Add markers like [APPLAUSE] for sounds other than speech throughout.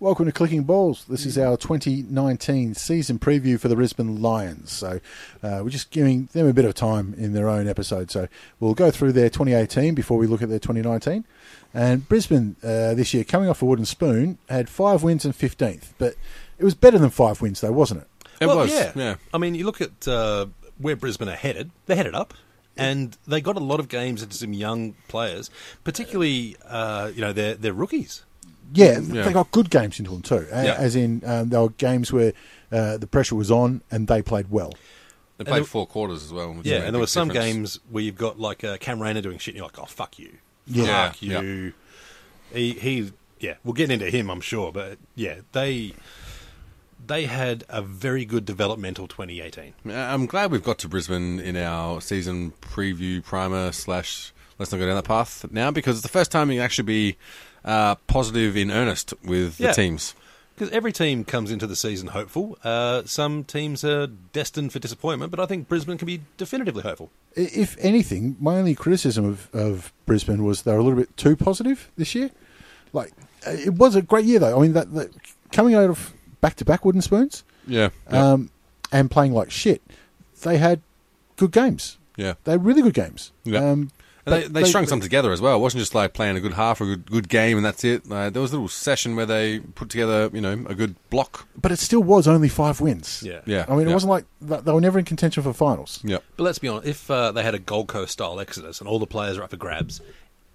Welcome to Clicking Balls. This is our 2019 season preview for the Brisbane Lions. So uh, we're just giving them a bit of time in their own episode. So we'll go through their 2018 before we look at their 2019. And Brisbane uh, this year, coming off a wooden spoon, had five wins and 15th. But it was better than five wins, though, wasn't it? It well, was, Yeah. yeah. I mean, you look at uh, where Brisbane are headed. They're headed up, and they got a lot of games into some young players, particularly uh, you know they're they're rookies. Yeah, Yeah. they got good games into them too. a- Yeah. As in, um, there were games where uh, the pressure was on and they played well. They played there- four quarters as well. which Yeah, made a and there big were some difference. games where you've got like uh, Cam Rayner doing shit, and you're like, oh fuck you, Yeah. fuck Yeah, you. He he, yeah. We'll get into him, I'm sure, but yeah, they they had a very good developmental 2018. Uh, I'm glad we've got to Brisbane in our season preview primer slash. Let's not go down that path now because it's the first time you can actually be uh, positive in earnest with Yeah. the teams. Because every team comes into the season hopeful. Uh, some teams are destined for disappointment, but I think Brisbane can be definitively hopeful. I- If anything, my only criticism of, of Brisbane was they were a little bit too positive this year. Like, uh, it was a great year though. I mean, that, that coming out of back to back wooden spoons Yeah, yeah, um, and playing like shit, they had good games. yeah. They had really good games. Yeah. Um, And they, but they, strung some together as well. It wasn't just like playing a good half or a good, good game and that's it. Uh, there was a little session where they put together, you know, a good block. But it still was only five wins. Yeah. Yeah, I mean, yeah. it wasn't like th- they were never in contention for finals. Yep. But let's be honest, if uh, they had a Gold Coast style exodus and all the players are up for grabs,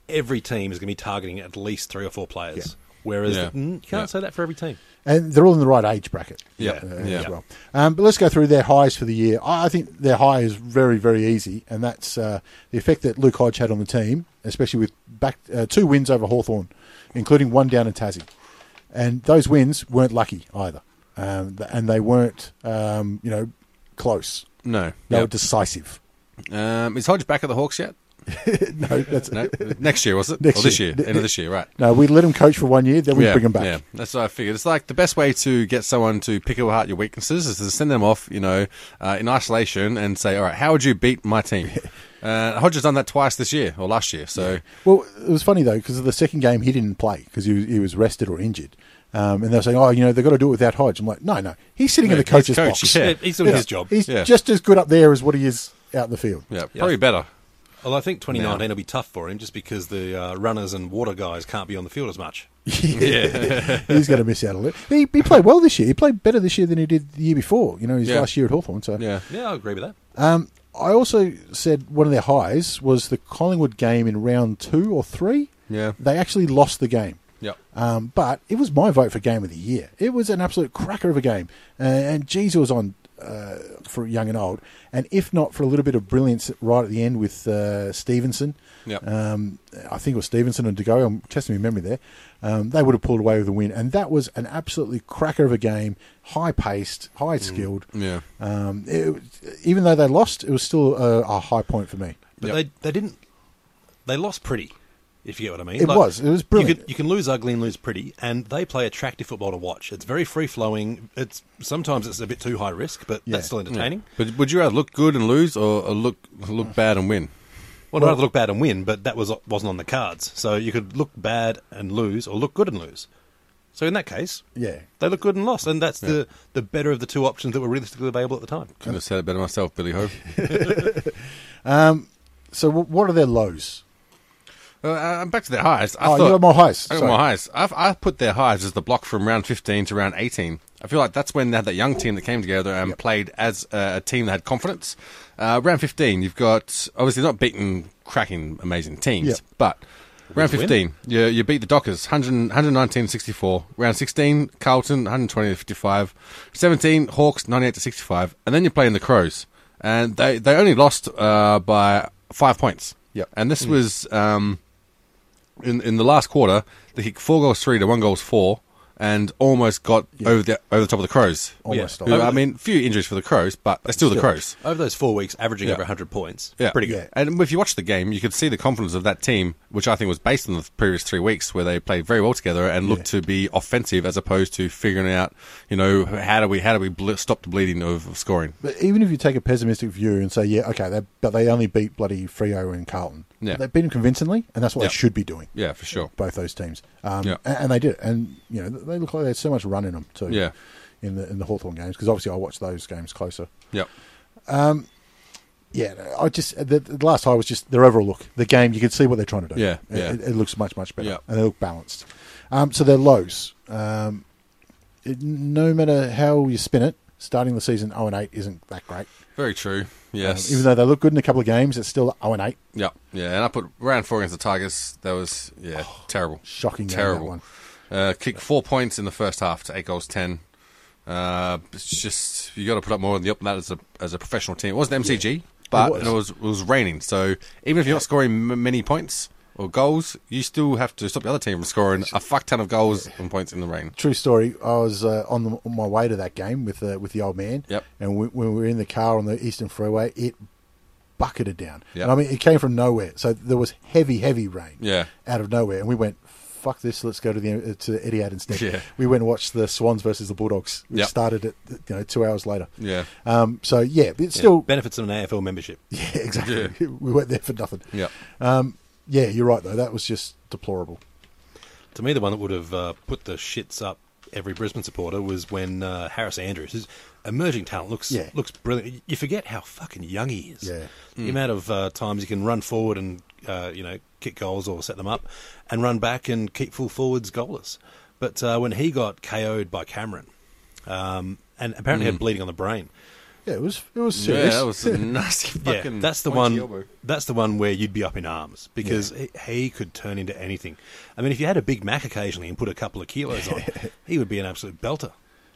every team is going to be targeting at least three or four players. Whereas Yeah. mm, you can't Yeah. say that for every team. and they're all in the right age bracket. Yeah, uh, yeah. as well. Um, but let's go through their highs for the year. I, I think their high is very, very easy, and that's uh, the effect that Luke Hodge had on the team, especially with back uh, two wins over Hawthorn, including one down in Tassie, and those wins weren't lucky either, um, th- and they weren't, um, you know, close. No. They were Yep. decisive. Um, is Hodge back at the Hawks yet? [LAUGHS] no, that's No. Next year, was it? Next or this year. year? End of this year, right. no. We let them coach for one year, then we bring them back. Yeah, that's what I figured. It's like the best way to get someone to pick apart your weaknesses is to send them off, you know, uh, in isolation and say, all right, how would you beat [LAUGHS] my team? Uh, Hodge has done that twice this year or last year. So, Well, it was funny though because the second game he didn't play because he was, he was rested or injured, um, and they were saying, "Oh, you know, they've got to do it without Hodge." I'm like, "No, no, he's sitting in the he's coach's coach, box. Yeah. Yeah, he's doing his job. He's Yeah. just as good up there as what he is out in the field." yeah, [LAUGHS] probably better. Although I think 2019 will be tough for him just because the uh, runners and water guys can't be on the field as much. [LAUGHS] he's going to miss out a little. He, he played well this year. He played better this year than he did the year before. You know, his Yeah. last year at Hawthorn. So, Yeah. Yeah, I agree with that. um, I also said one of their highs was the Collingwood game in round two or three. Yeah. they actually lost the game. Yep. Um, but it was my vote for game of the year. It was an absolute cracker of a game, uh, and Jesus was on uh, for young and old. And if not for a little bit of brilliance right at the end with uh, Stevenson, Yep. um, I think it was Stevenson and Degoe. I'm testing my memory there. Um, they would have pulled away with a win, and that was an absolutely cracker of a game, high paced, high skilled. Mm, Yeah. Um, it, even though they lost, it was still a, a high point for me. But Yep. they, they didn't. They lost pretty, if you get what I mean. It was. It was brilliant. You can, you can lose ugly and lose pretty, and they play attractive football to watch. It's very free flowing. It's sometimes it's a bit too high risk, but Yeah. that's still entertaining. But would you rather look good and lose or, or look uh, look bad and win? Well, I'd rather look bad and win, but that was wasn't on the cards. So you could look bad and lose, or look good and lose. So in that case, Yeah. they look good and lost, and that's the the better of the two options that were realistically available at the time. Couldn't have said it better myself, Billy Hope. So, wh- what are their lows? Uh, uh, back to their highs. I oh, thought, you got more highs. I got Sorry. more highs. I've, I put their highs as the block from round 15 to round 18. I feel like that's when they had that young team that came together and played as a, a team that had confidence. Uh, round 15, you've got obviously not beaten cracking, amazing teams, Yep. but round win. 15, you, you beat the Dockers 100, 119 64. Round 16, Carlton 120 to 55. 17, Hawks 98 to 65. And then you're playing the Crows. And they, they only lost uh, by five points. Yep. And this was. Um, in in the last quarter, they kicked four goals three to one goals four, and almost got over the over the top of the Crows. Almost. Who, all. I mean, few injuries for the Crows, but they're still the Crows. Over those four weeks, averaging Yeah. over 100 points, Yeah. pretty good. Yeah. And if you watch the game, you could see the confidence of that team, which I think was based on the previous three weeks where they played very well together and looked to be offensive as opposed to figuring out, you know, how do we how do we bl- stop the bleeding of, of scoring? But even if you take a pessimistic view and say, yeah, okay, they, but they only beat bloody Frio and Carlton. Yeah. They beat them convincingly, and that's what Yeah. they should be doing, Yeah, for sure. both those teams. Um, Yeah. a- And they did it. And, you know, th- they look like they had so much run in them too. Yeah. in the in the Hawthorn games because obviously I watched those games closer. Yep. Yeah, no, I just uh, the, the last high was just their overall look, the game. You can see what they're trying to do. Yeah, It- yeah. It, it looks much much better, Yeah. and they look balanced. Um, so their lows, um, it, no matter how you spin it, starting the season zero and eight isn't that great. Very true. Yes. Um, Even though they look good in a couple of games, it's still zero and eight. Yep. Yeah. And I put round four against the Tigers. That was yeah Oh, terrible. Shocking, game, that Terrible. one. Uh, kicked four points in the first half to eight goals ten. Uh, it's just you got to put up more than the up than that as a as a professional team. It wasn't MCG, but It was. and it was it was raining. So even if you're not scoring m- many points or goals, you still have to stop the other team from scoring a fuck ton of goals and points in the rain. True story. I was uh, on, the, on my way to that game with uh, with the old man. Yep. And we, when we were in the car on the Eastern Freeway, it bucketed down. Yep. And I mean, it came from nowhere. So there was heavy, heavy rain. Yeah. Out of nowhere, and we went. Fuck this! Let's go to the uh, to Etihad instead. Yeah. We went and watched the Swans versus the Bulldogs. which Yep. started it, you know, two hours later. Yeah. Um. So yeah, but it's still, Benefits of an AFL membership. [LAUGHS] yeah, exactly. [LAUGHS] we went there for nothing. Yep. Um. Yeah, you're right though. That was just deplorable. To me, the one that would have uh, put the shits up every Brisbane supporter was when uh, Harris Andrews, his emerging talent, looks Yeah. looks brilliant. You forget how fucking young he is. Yeah. The amount of uh, times he can run forward and uh, you know kick goals or set them up, and run back and keep full forwards goalless. But uh, when he got KO'd by Cameron, um, and apparently had bleeding on the brain, Yeah, it was it was serious. Yeah, that [LAUGHS] was a nasty fucking. yeah, that's the pointy one. elbow. That's the one where you'd be up in arms because he, he could turn into anything. I mean, if you had a Big Mac occasionally and put a couple of kilos [LAUGHS] on, he would be an absolute belter.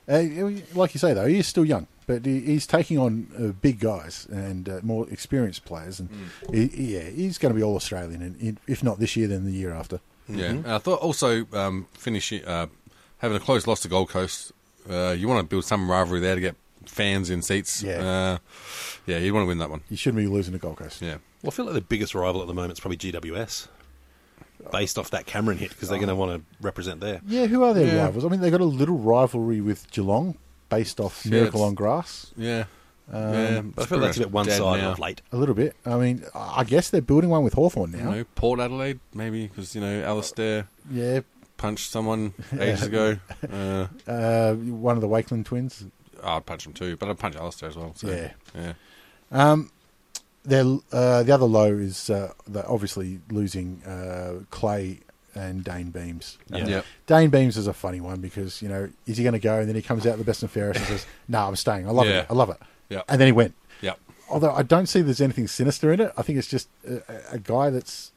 Uh, like you say, though, he is still young, but he, he's taking on uh, big guys and uh, more experienced players, and Hmm. he- he, yeah, he's going to be all Australian, and in- if not this year, then the year after. Yeah, Mm-hmm. and I thought also um, finishing uh, having a close loss to Gold Coast. Uh, you want to build some rivalry there to get fans in seats. Yeah. uh, yeah, you want to win that one. He shouldn't be losing to Gold Coast. Yeah, Well, I feel like the biggest rival at the moment is probably GWS, based off that Cameron hit because they're Oh. going to want to represent there. Yeah, who are their Yeah. rivals? I mean, they got a little rivalry with Geelong based off Miracle it's- on Grass, Um, yeah. yeah, But Um, I feel that's a bit one sided of late. a little bit. I mean, I guess they're building one with Hawthorn You now. know, Port Adelaide maybe because you know Alistair Yeah, punched [LAUGHS] someone ages ago. Uh, uh, one of the Wakeland twins. I'd punch him too, but I'd punch Alistair as well. So, Yeah. yeah, Um, their, uh, the other low is uh, the- obviously losing uh, Clay and Dane Beams. Yeah. Uh, Yep. Dane Beams is a funny one because you know is he going to go and then he comes out the best and fairest and says, [LAUGHS] "No, I'm staying. I love Yeah. it. I love it." Yep. And then he went. Yep. Although I don't see there's anything sinister in it. I think it's just a, a- a guy that's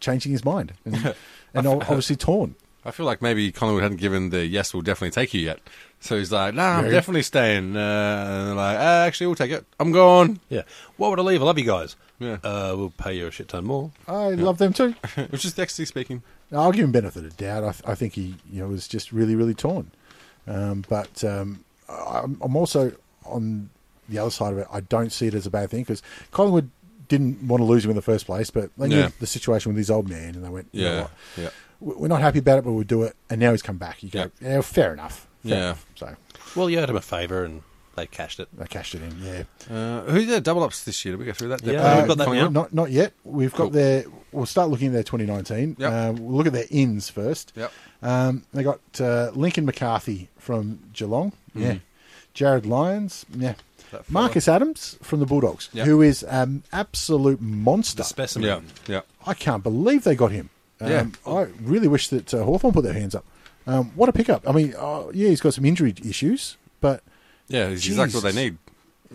changing his mind [LAUGHS] and, and ob- obviously torn. I feel like maybe Collingwood hadn't given the yes, we'll definitely take you yet. So he's like, nah, I'm Yeah. definitely staying. Uh, and they're like, ah, actually, we'll take it. I'm gone. [LAUGHS] Yeah. Why would I leave? I love you guys. Yeah. Uh, we'll pay you a shit ton more. I love them too. Which is actually speaking. No, I'll give him benefit of doubt. I, th- I think he you know was just really really torn. Um, but um, I- I'm, I'm also on the other side of it. I don't see it as a bad thing because Collingwood didn't want to lose him in the first place, but they knew Yeah. the situation with his old man, and they went, you know Yeah. what? Yeah. We- we're not happy about it, but we'll do it. And now he's come back. You go, Yep. yeah, fair enough. Fair Yeah. enough." So Well, you owed him a favour and they cashed it. they cashed it in. Yeah. Uh, who did their double ups this year? Did we go through that? Yeah, Uh, we've got that Collingwood? now. Not not yet. We've Cool. got their. We'll start looking at their 2019. Yep. Uh, we'll look at their ins first. Yep. Um, they got uh, Lincoln McCarthy from Geelong. Yeah. Jared Lyons. Yeah. Mm-hmm. That fella. Marcus Adams from the Bulldogs, Yep. who is an absolute monster. The specimen. Yeah. Yeah. I can't believe they got him. Um, Yeah. I really wish that uh, Hawthorn put their hands up. Um, what a pickup. I mean, uh, yeah, he's got some injury issues, but Yeah. It's exactly what Jesus. they need.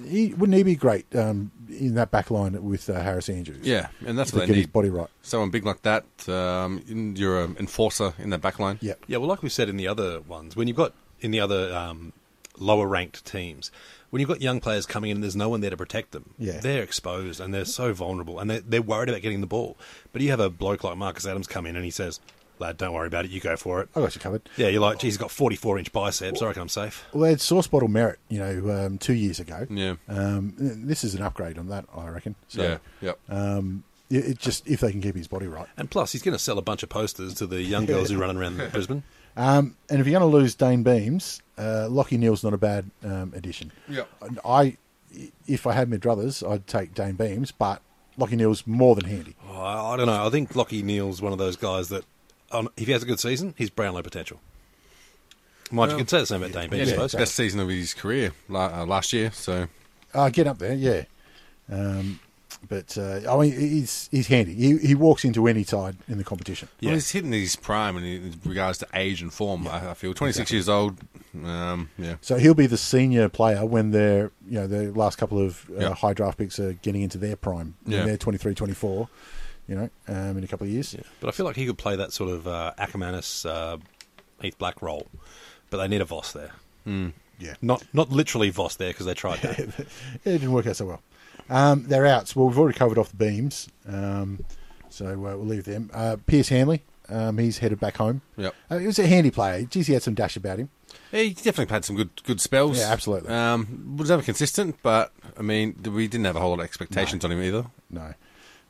he, wouldn't he be great um, in that back line with uh, Harris Andrews? Yeah. And that's To what get they his need. body right. Someone big like that. Um, in- you're an enforcer in that back line. Yeah. Yeah, well, like we said in the other ones, when you've got in the other um, lower ranked teams, when you've got young players coming in and there's no one there to protect them, Yeah. they're exposed and they're so vulnerable and they're, they're worried about getting the ball. But you have a bloke like Marcus Adams come in and he says, lad, don't worry about it, you go for it. I got you covered. Yeah, you're like, geez, he's got 44 inch biceps, I reckon I'm safe. Well, they had Sauce Bottle Merit, you know, um, two years ago. Yeah. Um, this is an upgrade on that, I reckon. So, yeah. Yeah. Um, it, it just if they can keep his body right. And plus, he's going to sell a bunch of posters to the young girls who run around Brisbane. Um, and if you're going to lose Dane Beams, uh, Lockie Neal's not a bad um, addition. Yeah. And I, if I had my druthers, I'd take Dane Beams, but Lockie Neal's more than handy. Oh, I, I don't um, know. I think Lockie Neal's one of those guys that, on, if he has a good season, he's Brownlow potential. Mind you, you can say the same about Dane Beach, I suppose. Best season of his career la- uh, last year. So Uh, get up there, yeah. Um, but uh, I mean, he's he's handy. He he walks into any side in the competition. Well, Yeah. he's hitting his prime in- in regards to age and form. I, I feel 26 years old. Um, yeah, So he'll be the senior player when they're you know the last couple of uh, Yeah. high draft picks are getting into their prime. Yeah. When they're 23, 24, You know, um, in a couple of years. But I feel like he could play that sort of uh, Ackermanis, uh, Heath Black role. But they need a Voss there. Yeah. Not not literally Voss there because they tried [LAUGHS] that. it didn't work out so well. Um, they're outs. Well, we've already covered off the beams, um, so uh, we'll leave them. Uh, Pierce Hanley, um, he's headed back home. Yep. Uh, he was a handy player. Geez, he had some dash about him. he definitely had some good good spells. Yeah, absolutely. Um, was never consistent, but I mean, we didn't have a whole lot of expectations on him either. No,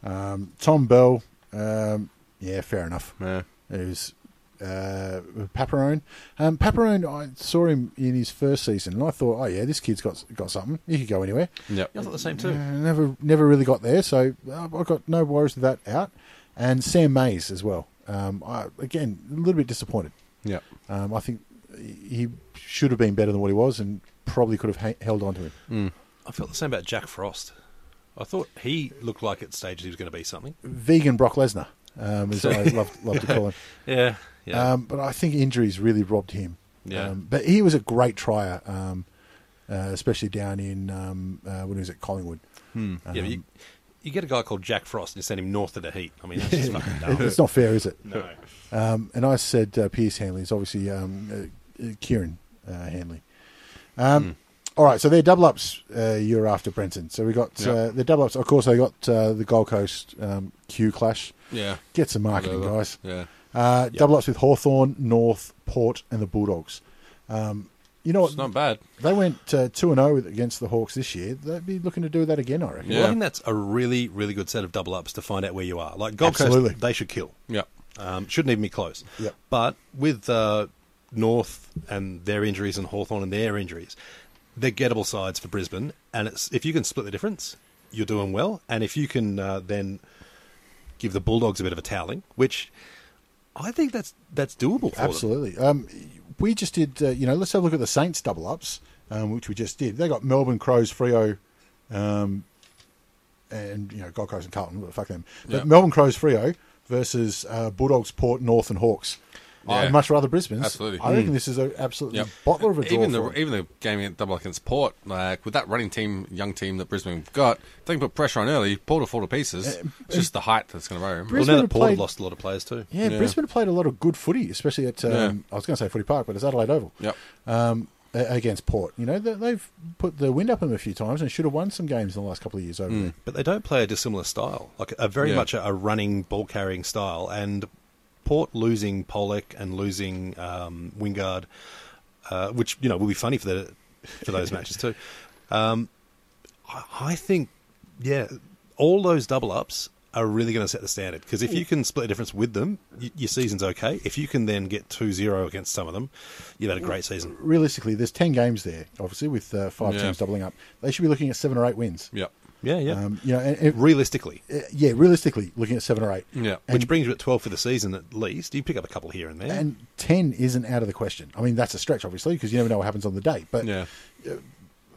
um, Tom Bell. Um, yeah, fair enough. Yeah. It was uh, Paparone. Um, Paparone, I saw him in his first season, and I thought, oh yeah, this kid's got got something. He could go anywhere. Yep. I thought the same Uh, too. never never really got there, so uh, I got no worries with that out. And Sam Mays as well. Um, I, again, a little bit disappointed. Yep. Um, I think he should have been better than what he was, and probably could have ha- held on to him. Mm. I felt the same about Jack Frost. I thought he looked like at stages he was going to be something. Vegan Brock Lesnar, um, as I love love to call him. Yeah. Yeah. Um, but I think injuries really robbed him. Yeah. Um, but he was a great tryer, um, uh, especially down in um, uh, when he was at Collingwood. Um, yeah but you, you get a guy called Jack Frost and you send him north of the heat. I mean, [LAUGHS] that's just fucking dumb. it- it's not fair, is it? Oh. No. Um, and I said uh, Pierce Hanley is obviously um, uh, uh, Kieran uh, Hanley. Um, All right, so they're double ups uh, year after Brenton. So we got Yeah. uh, the double ups. Of course, they got uh, the Gold Coast um, Q clash. Yeah. Get some marketing, Whatever. guys. Yeah. Uh, Double ups with Hawthorn, North, Port, and the Bulldogs. Um, you know what? It's not bad. They went uh, two and zero against the Hawks this year. They'd be looking to do that again, I reckon. Yeah. Well, I think that's a really, really good set of double ups to find out where you are. Like Gold Absolutely. Coast, they should kill. Yep. Um, shouldn't even be close. Yep. But with uh, North and their injuries and Hawthorn and their injuries, they're gettable sides for Brisbane. And it's if you can split the difference, you're doing well. And if you can uh, then give the Bulldogs a bit of a toweling, which I think that's that's doable for Absolutely. Um, we just did. Uh, you know, let's have a look at the Saints double ups, um, which we just did. They got Melbourne Crows, Frio, um, and you know Gold Coast and Carlton. But fuck them. But Yeah. Melbourne Crows, Frio versus uh, Bulldogs, Port, North, and Hawks. Yeah. I'd much rather Brisbane's. Absolutely. Hmm. I reckon this is a absolutely Yep. bottler of a draw. even the for 'em. even the game at double against Port, like with that running team, young team that Brisbane got, if they can put pressure on early. Port will fall to pieces. it's just the height that's going to worry him. Bris- them. Brisbane Well, now have that Port played- have lost a lot of players too. yeah, Yeah. Brisbane played a lot of good footy, especially at um, Yeah. I was going to say Footy Park, but it's Adelaide Oval. Yep. um, a- against Port. You know, they- they've put the wind up them a few times and should have won some games in the last couple of years over there. But they don't play a dissimilar style, like a very Yeah. much a, a running ball carrying style. And Port losing Pollock and losing um, Wingard, uh, which you know will be funny for the for [LAUGHS] those matches too. Um, I, I think, yeah, all those double ups are really going to set the standard because if you can split a difference with them, y- your season's okay. If you can then get 2-0 against some of them, you've had a great season. Realistically, there's 10 games there, obviously, with uh, five Yeah. teams doubling up. They should be looking at seven or eight wins. Yep. Yeah, yeah. Um, you know, and, and- Realistically, uh, yeah, realistically, looking at seven or eight. Yeah. And, which brings you at twelve for the season at least. You pick up a couple here and there. and 10 isn't out of the question. I mean, that's a stretch, obviously, because you never know what happens on the day. But Yeah.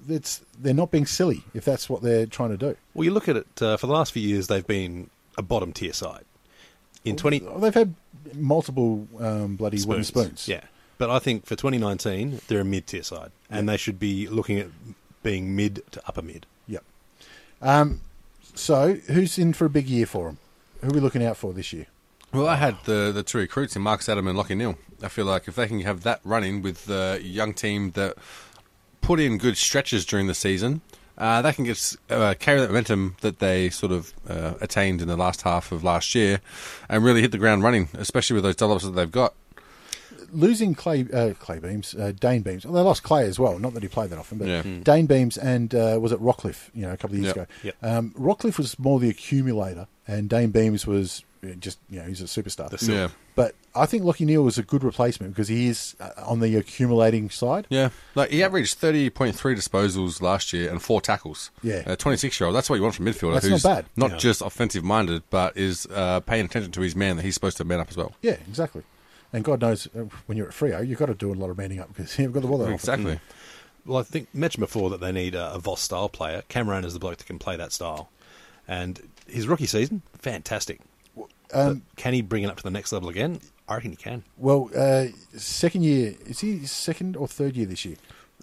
it's, they're not being silly if that's what they're trying to do. Well, you look at it uh, for the last few years, they've been a bottom tier side. In twenty They've had multiple um, bloody wooden spoons. yeah. But I think for 2019, they're a mid tier side, and they should be looking at being mid to upper mid. Yep. Um, so, who's in for a big year for them? Who are we looking out for this year? Well, I had the the two recruits in Marcus Adam and Lockie Neal. I feel like if they can have that running with the young team that put in good stretches during the season, uh, they can get, s- uh, carry that momentum that they sort of uh, attained in the last half of last year and really hit the ground running, especially with those double-ups that they've got. Losing Clay uh, Clay Beams, uh, Dane Beams. Well, they lost Clay as well. Not that he played that often, but Yeah. Dane Beams and uh, was it Rockcliffe? You know, a couple of years Yep. ago. Hmm. Yep. Um, Rockcliffe was more the accumulator, and Dane Beams was uh, just you know he's a superstar. The silk. Yeah. But I think Lockie Neal was a good replacement because he is uh, on the accumulating side. Yeah, like he averaged thirty point three disposals last year and four tackles. Yeah. a twenty six year old. That's what you want from a midfielder. That's not who's bad. Not Yeah. just offensive minded, but is uh, paying attention to his man that he's supposed to man up as well. Yeah, exactly. And God knows uh, when you're at Frio, you've got to do a lot of manning up because [LAUGHS] you've got the ball that often. Exactly. Well, I think mentioned before that they need a, a Voss style player. Cameron is the bloke that can play that style, and his rookie season, fantastic. Um, But can he bring it up to the next level again? I reckon he can. Well, uh, second year is he second or third year this year?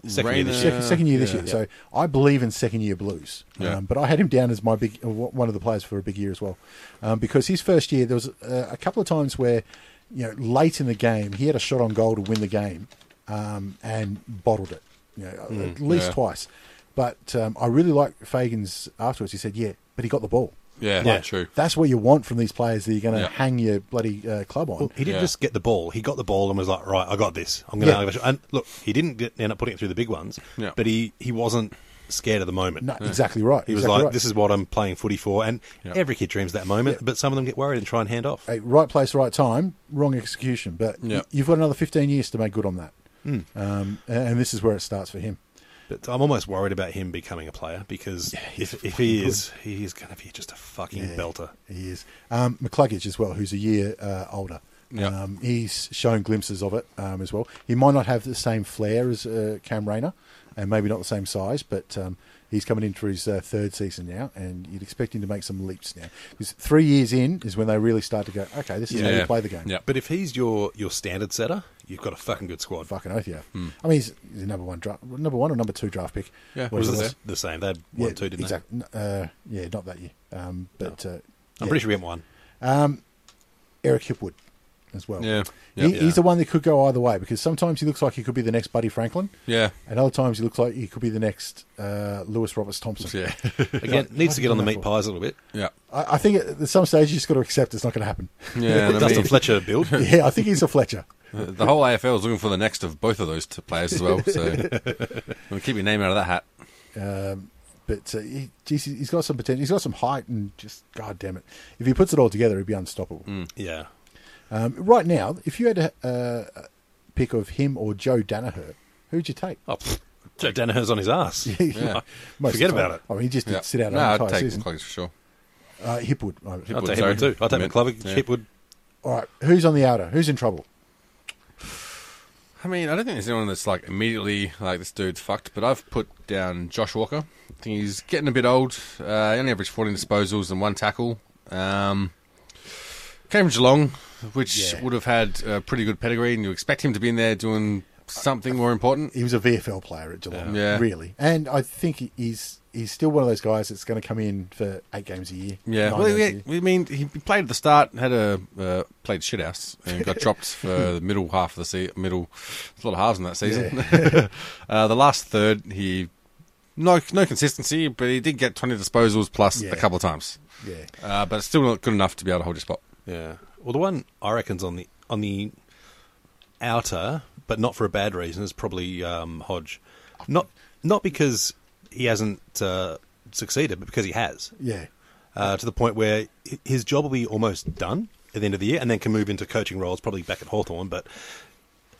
Second year this Reina- year. Second, second year this yeah. year. So I believe in second year blues. Yeah. Um, but I had him down as my big uh, one of the players for a big year as well, um, because his first year there was uh, a couple of times where, you know, late in the game he had a shot on goal to win the game, um, and bottled it, you know, Mm, at least yeah. twice. But um, I really like Fagan's afterwards. He said, "Yeah, but he got the ball." Yeah, Yeah. true. That's what you want from these players that you're going to Yeah. hang your bloody uh, club on. Well, Oh, he didn't Yeah. just get the ball. He got the ball and was like, "Right, I got this. I'm going to Yeah. have a shot." And look, he didn't get, end up putting it through the big ones, Yeah. but he, he wasn't scared of the moment. No, exactly right. He was exactly like, right. "This is what I'm playing footy for," and Yeah. every kid dreams that moment. But some of them get worried and try and hand off. a right place, right time, wrong execution. But Yeah. Hmm. y- you've got another 15 years to make good on that. Um, a- and this is where it starts for him. But I'm almost worried about him becoming a player because if, if he is, he is going to be just a fucking belter. He is. Um, McCluggage as well, who's a year uh, older. Yeah. Um, he's shown glimpses of it um, as well. He might not have the same flair as uh, Cam Rayner and maybe not the same size, but um, he's coming in for his uh, third season now, and you'd expect him to make some leaps now. 'Cause three years in is when they really start to go, okay, this is how you play the game. Yeah. But if he's your your standard setter, you've got a fucking good squad. Fucking oath, yeah. I mean, he's, he's the number one draft, number one or number two draft pick. Yeah. Whatever Was it it the- the same? They had one, two, didn't exact- n- Uh, yeah, not that year. Um, but uh, they? I'm yeah. pretty sure he went one. Eric Hipwood as well. Yeah. He, Yeah. He's the one that could go either way because sometimes he looks like he could be the next Buddy Franklin, Yeah. and other times he looks like he could be the next uh, Lewis Roberts Thompson. Yeah. [LAUGHS] [LAUGHS] Again, needs to get on the meat wonderful. pies a little bit. yeah. I, I think at some stage you just got to accept it's not going to happen. Yeah, [LAUGHS] and I Dustin mean, uh, [LAUGHS] Fletcher build. [LAUGHS] yeah, I think he's a Fletcher. the whole AFL is looking for the next of both of those two players as well. So [LAUGHS] we'll keep your name out of that hat. Um, but uh, he, geez, he's got some potential. He's got some height, and just god damn it, if he puts it all together, he'd be unstoppable. Yeah. Um, right now, if you had a uh, pick of him or Joe Danaher, who'd you take? [LAUGHS] Oh, pfft. Joe Danaher's on his ass. Yeah. Most Forget of the time. about it. I mean, he just did Yeah. sit out no, an I'd entire take season. McCluggage for sure. Uh, Hipwood. I- I'll Hipwood, take sorry. him too. I'll take Mint. McClubbage, Yeah. Chipwood. All right, who's on the outer? Who's in trouble? I mean, I don't think there's anyone that's like immediately like this dude's fucked, but I've put down Josh Walker. I think he's getting a bit old. Uh, he only averaged 14 disposals and one tackle. Um, came from Geelong, which Yeah. would have had a pretty good pedigree, and you expect him to be in there doing something more important. He was a VFL player at Geelong, Yeah. really, and I think he- he's he's still one of those guys that's going to come in for eight games a year. Yeah, nine well, games a yeah, year. we mean he played at the start, had a uh, played shithouse, [LAUGHS] and got dropped for the middle half of the se- middle. There's a lot of halves in that season. [LAUGHS] [LAUGHS] uh, the last third, he no no consistency, but he did get 20 disposals plus Yeah. a couple of times, yeah. uh, but still not good enough to be able to hold your spot. [LAUGHS] Yeah. Well, the one I reckon's on the on the outer, but not for a bad reason, is probably um, Hodge. Not not because he hasn't uh, succeeded, but because he has yeah. uh, to the point where hi- his job will be almost done at the end of the year, and then can move into coaching roles, probably back at Hawthorn. But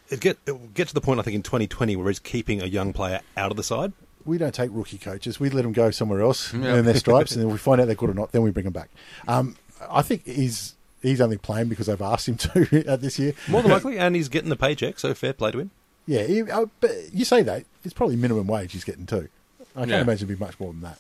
it get it will get to the point I think in 2020 where he's keeping a young player out of the side. We don't take rookie coaches. We let them go somewhere else, earn their stripes, and then [LAUGHS] we find out they're good or not. Then we bring them back. Um, I think he's he's only playing because I've asked him to [LAUGHS] uh, this year. More than likely, and he's getting the paycheck, so fair play to him. Yeah, he, uh, but you say that it's probably minimum wage he's getting too. I can't Yeah. imagine it'd be much more than that.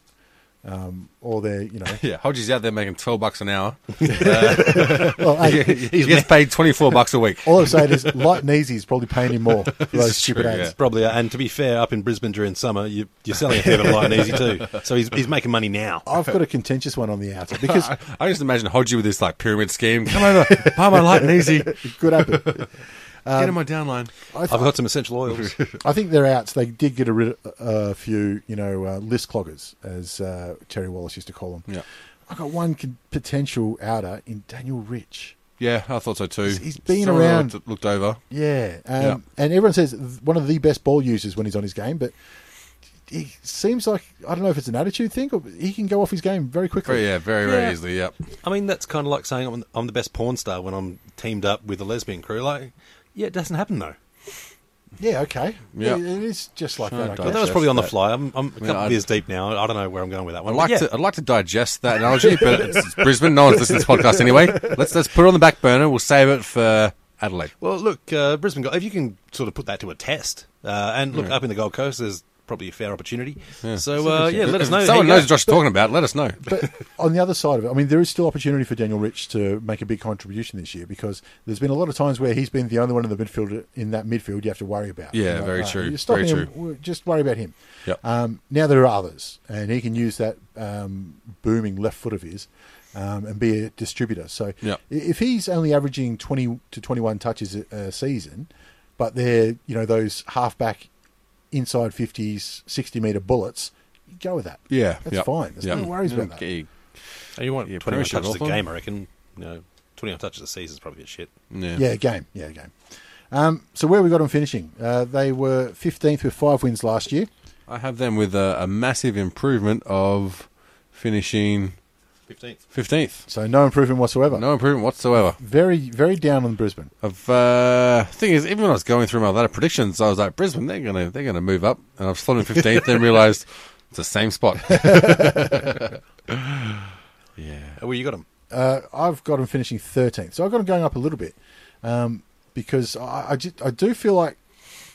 Um, or they're you [LAUGHS] know, Yeah, Hodges out there making 12 bucks an [LAUGHS] hour. well, he hey, gets paid 24 bucks [LAUGHS] a week. all I'm saying is light and easy is probably paying him [LAUGHS] more for those It's true, stupid ads. yeah. Probably, uh, and to be fair, up in Brisbane during summer, you, you're selling a fair bit of light and easy too. [LAUGHS] So he's, he's making money now. I've got a contentious one on the outer [LAUGHS] because I, I just imagine Hodgie with this like pyramid scheme. Come [LAUGHS] over, buy my light and easy, it could happen. Um, get in my downline. I, I've got some essential oils. I think they're outs. They did get a rid a few, you know, uh, list cloggers, as uh, Terry Wallace used to call them. Yeah. I got one con- potential outer in Daniel Rich. Yeah, I thought so too. He's- he's been Someone around- Looked, looked over. Yeah, um, Yeah. and everyone says th- one of the best ball users when he's on his game, but he seems like I don't know if it's an attitude thing, or he can go off his game very quickly. Very, Oh, yeah, very, very Yeah. easily. Yep. [LAUGHS] I mean, that's kind of like saying I'm, I'm the best porn star when I'm teamed up with a lesbian crew. Like, yeah, it doesn't happen though. Yeah, okay. Yeah. it, it is just like that. I don't guess. But that was Yes, probably on the that- fly. I'm, I'm a couple I'd- of beers deep now. I don't know where I'm going with that one. I'd but like yeah. to. I'd like to digest that analogy, but it's, it's Brisbane. No one's listening to this podcast anyway. Let's let's put it on the back burner. We'll save it for Adelaide. Well, look, uh, Brisbane. Gold- If you can sort of put that to a test, uh, and look up in the Gold Coast, there's probably a fair opportunity. So uh, yeah, [LAUGHS] let us know. Someone Hey, knows what yeah. Josh is talking about. Let us know. [LAUGHS] But on the other side of it, I mean, there is still opportunity for Daniel Rich to make a big contribution this year because there's been a lot of times where he's been the only one in the midfield in that midfield you have to worry about. Yeah, You know, very uh, true, You stop very him, true. w- just worry about him. Yep. Um, now there are others, and he can use that um, booming left foot of his. Um, and be a distributor. So Yep. i- if he's only averaging 20 to 21 touches a, a season, but they're you know those halfback inside 50s, 60 meter bullets, go with that. Yeah, that's yep. fine. There's Yep. no worries about that. Okay. And you want Yeah, 21 Premiership touches a Hawthorn. game, I reckon. You know, 21 touches a season is probably a bit shit. Yeah. Yeah, game. Yeah, game. Um, so where we got them finishing? Uh, they were 15th with five wins last year. I have them with a, a massive improvement of finishing 15th. 15th. So no improvement whatsoever. No improvement whatsoever. Very, very down on Brisbane. I've uh, thing is, even when I was going through my ladder predictions, I was like, Brisbane, they're gonna they're gonna move up, and I've slotted fifteenth, then realised it's the same spot. [LAUGHS] yeah, Oh, well, you got him. Uh, I've got them finishing 13th. So I've got them going up a little bit um, because I, I, ju- I do feel like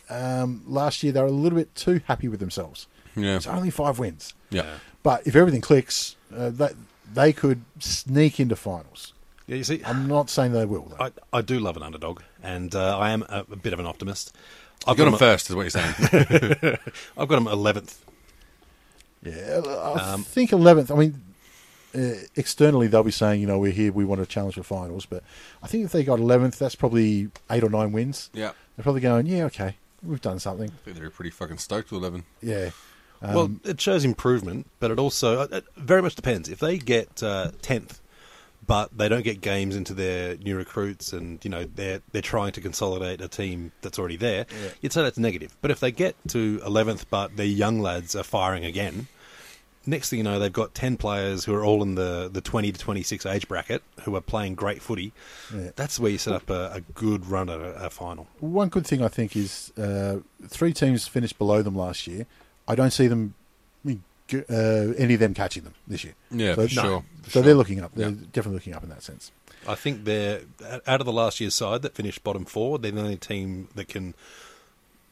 um, last year they were a little bit too happy with themselves. yeah, It's only five wins. yeah. But if everything clicks, uh, that, they could sneak into finals. Yeah, you see, I'm not saying they will, though. I, I do love an underdog, and uh, I am a, a bit of an optimist. I've I've got them him- first, is what you're saying. I've got him 11th. Yeah, I Um, think 11th. I mean, uh, externally they'll be saying, you know, we're here, we want to challenge for finals. But I think if they got 11th, that's probably eight or nine wins. [LAUGHS] yeah, I They're probably going, yeah, okay, we've done something. think they're pretty fucking stoked with eleven. Yeah. Um, well, it shows improvement, but it also uh, it very much depends. If they get uh, 10th, but they don't get games into their new recruits, and you know they're they're trying to consolidate a team that's already there, you'd say that's negative. But if they get to 11th, but their young lads are firing again, next thing you know, they've got 10 players who are all in the, the 20 to 26 age bracket who are playing great footy. Yeah. That's where you set up a, a good run at a, a final. one good thing I think is uh, three teams finished below them last year. I don't see them, uh, any of them catching them this year. Yeah, so, for sure. So for sure. they're looking up. They're Yeah. definitely looking up in that sense. I think they're out of the last year's side that finished bottom four. They're the only team that can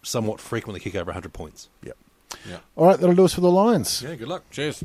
somewhat frequently kick over 100 points. Yep. Yeah. All right, that'll do us for the Lions. Yeah, good luck. Cheers.